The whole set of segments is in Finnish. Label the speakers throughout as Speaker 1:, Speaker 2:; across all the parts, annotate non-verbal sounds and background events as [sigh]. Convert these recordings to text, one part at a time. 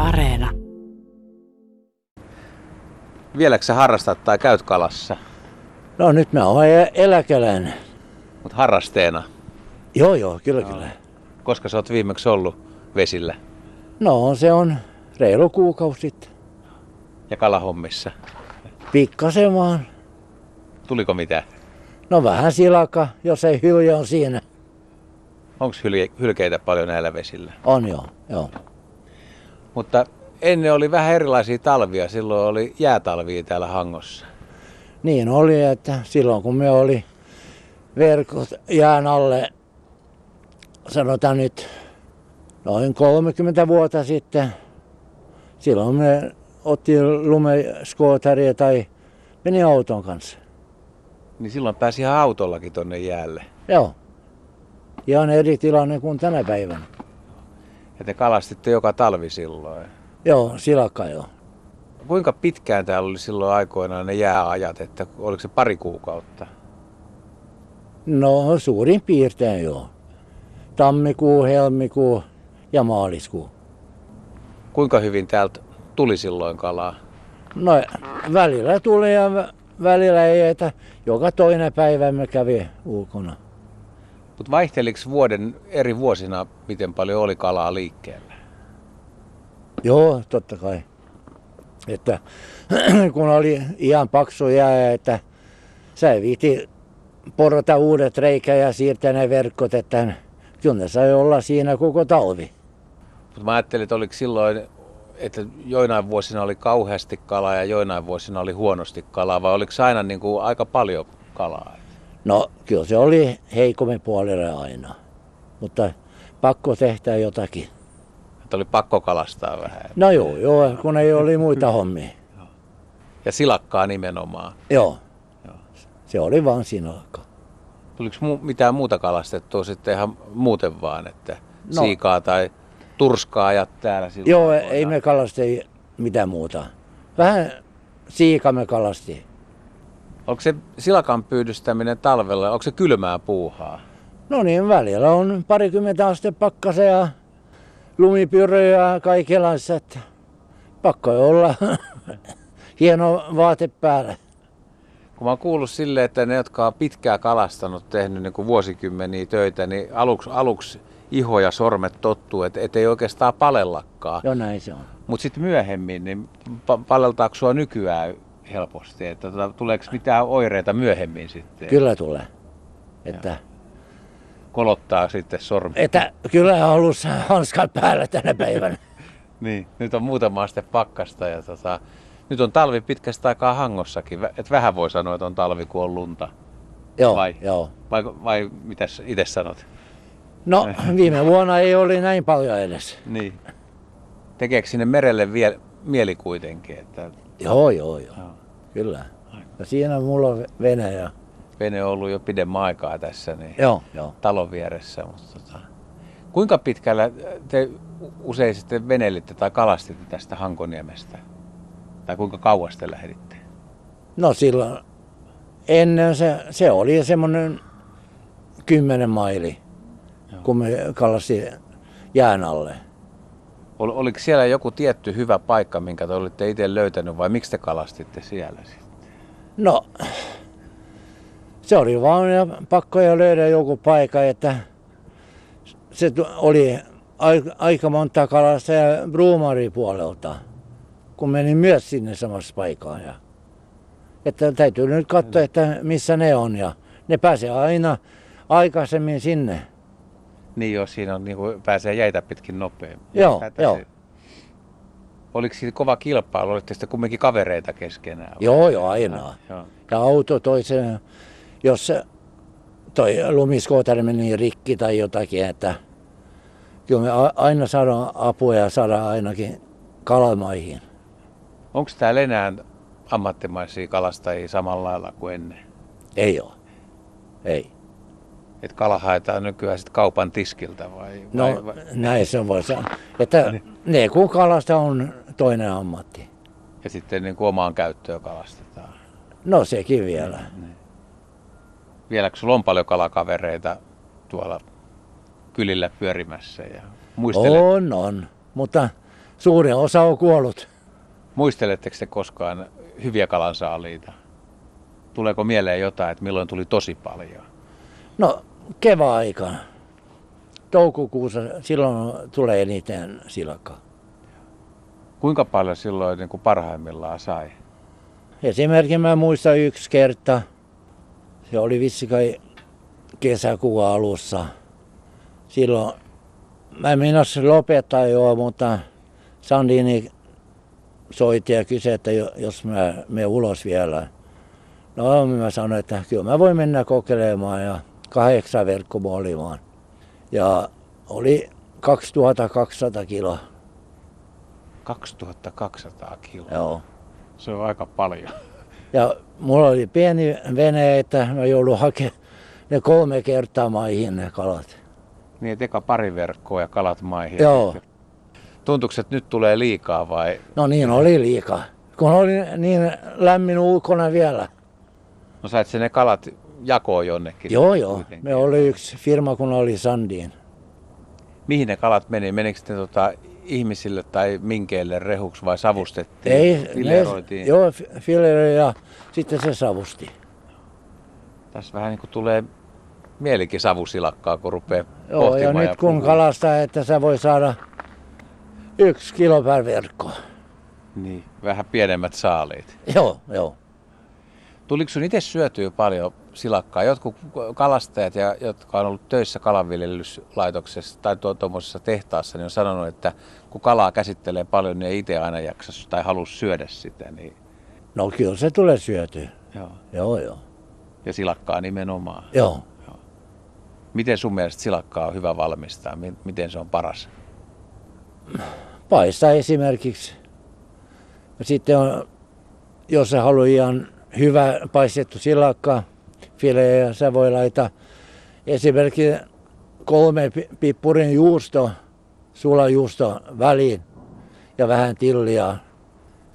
Speaker 1: Areena.
Speaker 2: Vieläkö sä harrastat tai käyt kalassa?
Speaker 3: No nyt mä oon e- eläkeläinen.
Speaker 2: Mutta harrasteena,
Speaker 3: Joo joo, kyllä no. kyllä.
Speaker 2: koska sä oot viimeksi ollut vesillä
Speaker 3: No se on reilu kuukausi sitten.
Speaker 2: ja kalahommissa.
Speaker 3: Pikkasen vaan.
Speaker 2: Tuliko mitä?
Speaker 3: No vähän silaka, jos ei hylje on siinä.
Speaker 2: Onko hylkeitä paljon näillä vesillä?
Speaker 3: On joo, joo.
Speaker 2: Mutta ennen oli vähän erilaisia talvia. Silloin oli jäätalvia täällä Hangossa.
Speaker 3: Niin oli, että silloin kun me oli verkot jään alle, sanotaan nyt noin 30 vuotta sitten, silloin me otti lumeskootaria tai meni auton kanssa.
Speaker 2: Niin silloin pääsi ihan autollakin tonne jäälle.
Speaker 3: Joo. Ihan eri tilanne kuin tänä päivänä.
Speaker 2: Ja te kalastitte joka talvi silloin.
Speaker 3: Joo, silakka joo.
Speaker 2: Kuinka pitkään täällä oli silloin aikoinaan ne jääajat? Että oliko se pari kuukautta?
Speaker 3: No suurin piirtein joo. Tammikuu, helmikuu ja maaliskuu.
Speaker 2: Kuinka hyvin täältä tuli silloin kalaa?
Speaker 3: No välillä tuli ja vä- välillä ei, että joka toinen päivä me kävi ulkona.
Speaker 2: Mutta vaihteliko vuoden eri vuosina, miten paljon oli kalaa liikkeellä?
Speaker 3: Joo, totta kai. Että [clears throat] kun oli ihan paksu jää, että sä ei viiti porota uudet reikä ja siirtää ne verkot, että kyllä ne sai olla siinä koko talvi.
Speaker 2: Mutta mä ajattelin, että oliko silloin, että joinain vuosina oli kauheasti kalaa ja joinain vuosina oli huonosti kalaa, vai oliko se aina niin kuin aika paljon kalaa?
Speaker 3: No kyllä se oli heikommin puolella aina, mutta pakko tehdä jotakin.
Speaker 2: Että oli pakko kalastaa vähän.
Speaker 3: No joo, joo, kun ei oli muita hommia.
Speaker 2: Ja silakkaa nimenomaan.
Speaker 3: Joo, se oli vaan sinakka.
Speaker 2: Tuliko mu- mitään muuta kalastettua sitten ihan muuten vaan, että
Speaker 3: No.
Speaker 2: no. siikaa tai turskaa ja täällä silloin?
Speaker 3: Joo, ei me kalasti mitään muuta. Vähän siika me kalasti.
Speaker 2: Onko se silakan pyydystäminen talvella, onko se kylmää puuhaa?
Speaker 3: No niin, välillä on parikymmentä aste pakkasea ja lumipyröjä ja kaikenlaista. että Pakko olla [laughs] hieno vaate päällä.
Speaker 2: Kun mä oon kuullut sille, että ne, jotka on pitkää kalastanut, tehnyt niin kuin vuosikymmeniä töitä, niin aluksi, aluksi iho ja sormet tottuu, että et ei oikeastaan palellakaan.
Speaker 3: Joo, näin se on.
Speaker 2: Mutta sitten myöhemmin, niin pa- paleltaako sua nykyään helposti? Että tota, tuleeko mitään oireita myöhemmin sitten?
Speaker 3: Kyllä tulee. Että,
Speaker 2: Kolottaa sitten sormi.
Speaker 3: että kyllä on ollut hanskat päällä tänä päivänä.
Speaker 2: Niin, nyt on muutama aste pakkasta ja tota, nyt on talvi pitkästä aikaa hangossakin. Vä- Et vähän voi sanoa, että on talvi, kun on lunta.
Speaker 3: [laughs] Joo,
Speaker 2: Vai?
Speaker 3: joo.
Speaker 2: Vai, vai mitä itse sanot?
Speaker 3: No, viime vuonna ei oli näin paljon edes.
Speaker 2: Niin. Tekeekö sinne merelle vie, mieli kuitenkin? Että
Speaker 3: Joo, joo, joo.
Speaker 2: Joo.
Speaker 3: Kyllä. Ja siinä mulla on vene ja...
Speaker 2: vene on ollut jo pidemmän aikaa tässä, niin
Speaker 3: Joo, joo.
Speaker 2: talon vieressä. Mutta tota, kuinka pitkällä te usein sitten venelitte tai kalastitte tästä Hankoniemestä? Tai kuinka kauas te lähditte?
Speaker 3: No silloin ennen se, se oli semmoinen kymmenen maili,
Speaker 2: Joo.
Speaker 3: kun me kalasti jään alle.
Speaker 2: Ol, oliko siellä joku tietty hyvä paikka, minkä te olitte itse löytänyt vai miksi te kalastitte siellä sitten?
Speaker 3: No, se oli vaan ja pakko ja löydä joku paikka, että se tu- oli ai- aika monta kalasta ja Bruumari puolelta, kun menin myös sinne samassa paikkaan. Ja, että täytyy nyt katsoa, että missä ne on ja ne pääsee aina aikaisemmin sinne.
Speaker 2: Niin jos siinä on, niin kuin pääsee jäitä pitkin nopeammin.
Speaker 3: Joo,
Speaker 2: Tätä
Speaker 3: joo.
Speaker 2: se- Oliko siitä kova kilpailu? Olitte sitten kumminkin kavereita keskenään? vai?
Speaker 3: Joo, joo, aina.
Speaker 2: Joo.
Speaker 3: Ja auto toisen, jos se- toi lumiskootari meni rikki tai jotakin, että kyllä me a- aina saadaan apua ja saadaan ainakin kalamaihin.
Speaker 2: Onko täällä enää ammattimaisia kalastajia samalla lailla kuin ennen?
Speaker 3: Ei ole. Ei.
Speaker 2: Että kala haetaan nykyään sitten kaupan tiskiltä vai?
Speaker 3: No
Speaker 2: vai, No niin. vai?
Speaker 3: näin se voi sanoa. Että ne kun kalasta on toinen ammatti.
Speaker 2: Ja sitten niin kuin omaan käyttöön kalastetaan.
Speaker 3: No sekin vielä.
Speaker 2: Vieläkö sulla on paljon kalakavereita tuolla kylillä pyörimässä ja muistelet?
Speaker 3: On, on. Mutta suurin osa on kuollut.
Speaker 2: Muisteletteko te koskaan hyviä kalansaaliita? Tuleeko mieleen jotain, että milloin tuli tosi paljon?
Speaker 3: No kevään-aikana. Toukokuussa silloin tulee eniten silakkaa.
Speaker 2: Kuinka paljon silloin niin kuin parhaimmillaan sai?
Speaker 3: Esimerkiksi mä muistan yksi kerta, se oli vissi kai kesäkuun alussa. Silloin mä menossa lopettaa joo, mutta Sandini soitti ja kysyi, että jo- jos mä me ulos vielä. No mä sanoin, että kyllä mä voin mennä kokeilemaan ja kahdeksan verkko mä oli vaan. Ja oli 2200 kiloa.
Speaker 2: 2200 kiloa.
Speaker 3: Joo.
Speaker 2: Se on aika paljon.
Speaker 3: Ja mulla oli pieni vene, että mä joudun hakemaan ne kolme kertaa maihin ne kalat.
Speaker 2: Niin, että eka pari verkkoa ja kalat maihin.
Speaker 3: Joo.
Speaker 2: Tuntuuko, että nyt tulee liikaa vai?
Speaker 3: No niin oli liikaa, kun oli niin lämmin ulkona vielä.
Speaker 2: No sait se ne kalat jakoon jonnekin.
Speaker 3: Joo, joo.
Speaker 2: kuitenkin.
Speaker 3: Me oli yksi firma, kun oli Sandin.
Speaker 2: Mihin ne kalat meni? Menikö ne tota, ihmisille tai minkeille rehuksi vai savustettiin?
Speaker 3: Ei, ne,
Speaker 2: Fileroitiin?
Speaker 3: joo, fi- fileri ja sitten se savusti.
Speaker 2: Tässä vähän niin kuin tulee mielikin savusilakkaa, kun rupeaa
Speaker 3: Joo, ja
Speaker 2: pohtimaan
Speaker 3: nyt kun
Speaker 2: puhumaan.
Speaker 3: kalastaa, että sä voi saada yksi kilo per verkko.
Speaker 2: Niin, vähän pienemmät saaliit.
Speaker 3: Joo, joo.
Speaker 2: Tuliko sun itse syötyä paljon silakkaa? Jotkut kalastajat, ja, jotka on ollut töissä kalanviljelyslaitoksessa tai tuo- tuommoisessa tehtaassa, niin on sanonut, että kun kalaa käsittelee paljon, niin ei itse aina jaksa tai halua syödä sitä. Niin,
Speaker 3: No kyllä se tulee syötyä.
Speaker 2: joo.
Speaker 3: Joo, joo.
Speaker 2: Ja silakkaa nimenomaan.
Speaker 3: Joo.
Speaker 2: Miten sun mielestä silakkaa on hyvä valmistaa? Mi- Miten se on paras?
Speaker 3: paistaa esimerkiksi. Ja Sitten on, jos sä haluat ihan hyvä paistettu silakka, file, ja sä voi laittaa esimerkiksi kolme pi- pippurin juusto, sulajuusto väliin ja vähän tillia.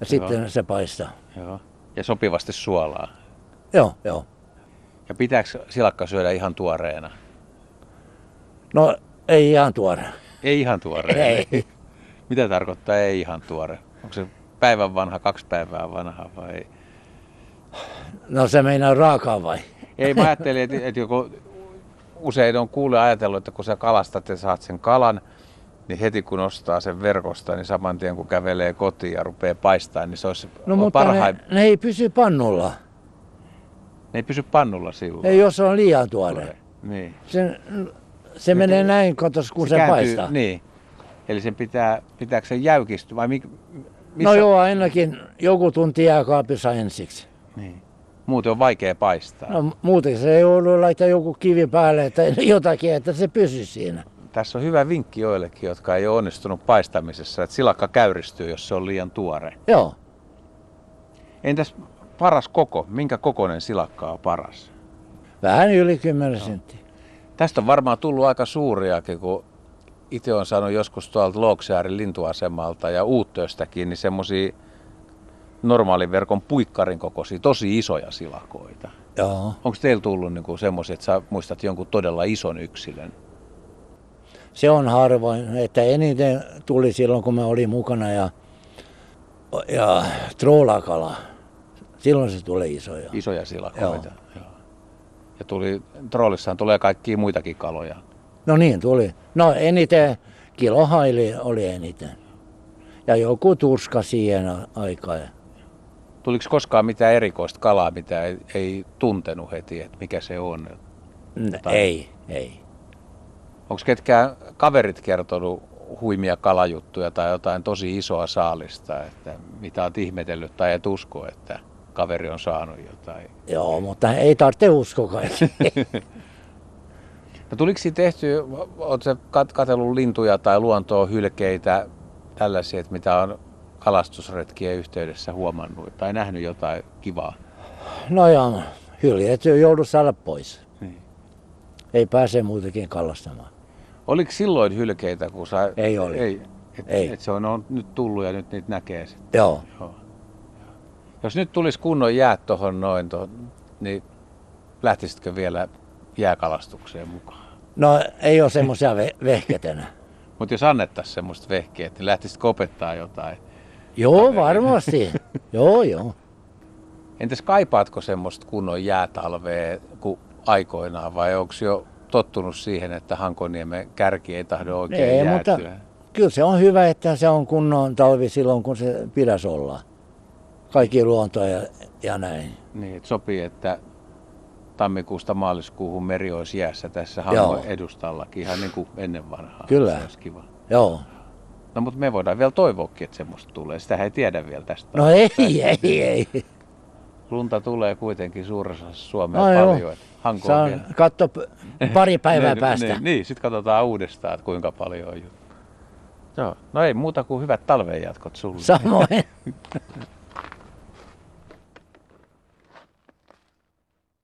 Speaker 3: Ja sitten se paistaa.
Speaker 2: Joo. Ja sopivasti suolaa.
Speaker 3: Joo, joo.
Speaker 2: Ja pitääkö silakka syödä ihan tuoreena?
Speaker 3: No ei ihan tuore.
Speaker 2: Ei ihan tuoreena.
Speaker 3: [laughs] Ei.
Speaker 2: Mitä tarkoittaa ei ihan tuore? Onko se päivän vanha, kaksi päivää vanha vai ei?
Speaker 3: No se meinaa raakaa vai?
Speaker 2: Ei, mä ajattelin, että, että joku, usein on kuulee ajatellut, että kun sä kalastat ja saat sen kalan, niin heti kun ostaa sen verkosta, niin saman tien kun kävelee kotiin ja rupeaa paistaa, niin se olisi
Speaker 3: No
Speaker 2: on
Speaker 3: mutta ne,
Speaker 2: parhain. Ne...
Speaker 3: ne, ei pysy pannulla.
Speaker 2: ne ei pysy pannulla silloin.
Speaker 3: Ne, jos on liian tuore.
Speaker 2: Niin.
Speaker 3: Se, se menee näin katos, kun se, se paistaa.
Speaker 2: Niin. Eli sen pitää, pitääkö se jäykistyä vai mik, missä?
Speaker 3: No joo, ainakin joku tunti jääkaapissa ensiksi.
Speaker 2: Niin. Muuten on vaikea paistaa.
Speaker 3: No muuten se ei ollut laittaa joku kivi päälle tai jotakin, että [laughs] se pysyy siinä.
Speaker 2: Tässä on hyvä vinkki joillekin, jotka ei ole onnistunut paistamisessa, että silakka käyristyy, jos se on liian tuore.
Speaker 3: Joo.
Speaker 2: Entäs paras koko? Minkä kokoinen silakka on paras?
Speaker 3: Vähän yli 10 senttiä.
Speaker 2: Tästä on varmaan tullut aika suuriakin, kun itse on saanut joskus tuolta Looksjäärin lintuasemalta ja Uuttööstäkin, niin semmoisia normaalin verkon puikkarin kokoisia, tosi isoja silakoita.
Speaker 3: Joo.
Speaker 2: Onko teillä tullut niinku semmoisia, että sä muistat jonkun todella ison yksilön?
Speaker 3: Se on harvoin, että eniten tuli silloin, kun mä olin mukana ja, ja troolakala. Silloin se tulee isoja.
Speaker 2: Isoja silakoita. Joo. Ja tuli, troolissahan tulee kaikkia muitakin kaloja.
Speaker 3: No niin, tuli. No eniten kilohaili oli eniten. Ja joku turska siihen aikaan.
Speaker 2: Tuliko koskaan mitään erikoista kalaa, mitä ei, ei tuntenut heti, että mikä se on?
Speaker 3: Mm,
Speaker 2: Tai-
Speaker 3: Ei, ei.
Speaker 2: Onko ketkään kaverit kertonut huimia kalajuttuja tai jotain tosi isoa saalista, että mitä oot ihmetellyt tai et usko, että kaveri on saanut jotain?
Speaker 3: Joo, mutta ei tarvitse uskoa [laughs] kaikki.
Speaker 2: No tuliko siitä tehty, oletko katsellut lintuja tai luontoa, hylkeitä, tällaisia, että mitä on kalastusretkien yhteydessä huomannut tai nähnyt jotain kivaa?
Speaker 3: No joo, hyljeet joudu saada pois.
Speaker 2: Niin.
Speaker 3: Ei pääse muutenkin kalastamaan.
Speaker 2: Oliko silloin hylkeitä, kun sä...
Speaker 3: Ei oli.
Speaker 2: Ei. Et,
Speaker 3: Ei.
Speaker 2: Et se on, on nyt tullut ja nyt niitä näkee sitten.
Speaker 3: Joo.
Speaker 2: Joo. Jos nyt tulisi kunnon jäät tuohon noin, tohon, niin lähtisitkö vielä jääkalastukseen mukaan?
Speaker 3: [laughs] No ei ole semmoisia ve- vehketänä.
Speaker 2: Mutta jos annettaisiin semmoista vehkeä, että lähtisitkö opettaa jotain?
Speaker 3: Joo, [laughs] varmasti. joo, joo.
Speaker 2: Entäs kaipaatko semmoista kunnon jäätalvea kuin aikoinaan vai onko jo tottunut siihen, että Hankoniemen kärki ei tahdo oikein
Speaker 3: Ei,
Speaker 2: jäätyä?
Speaker 3: mutta kyllä se on hyvä, että se on kunnon talvi silloin, kun se pitäisi olla. Kaikki luonto ja, ja näin.
Speaker 2: Niin, että sopii, että tammikuusta maaliskuuhun meri olisi jäässä tässä
Speaker 3: Joo.
Speaker 2: Hangon edustallakin, ihan niin kuin ennen vanhaa.
Speaker 3: Kyllä.
Speaker 2: Se olisi kiva.
Speaker 3: Joo.
Speaker 2: No mutta me voidaan vielä toivoakin, että semmoista tulee. Sitä ei tiedä vielä tästä.
Speaker 3: No ei, ei, ei.
Speaker 2: Lunta tulee kuitenkin suuressa osassa Suomea
Speaker 3: Ai No joo.
Speaker 2: paljon. että Hanko on
Speaker 3: Saan
Speaker 2: vielä.
Speaker 3: katso p-
Speaker 2: [laughs]
Speaker 3: pari päivää
Speaker 2: Niin,
Speaker 3: päästä.
Speaker 2: Niin, niin sitten katsotaan uudestaan, että kuinka paljon on juttu. Joo. No ei muuta kuin hyvät talven jatkot sulle.
Speaker 3: Samoin.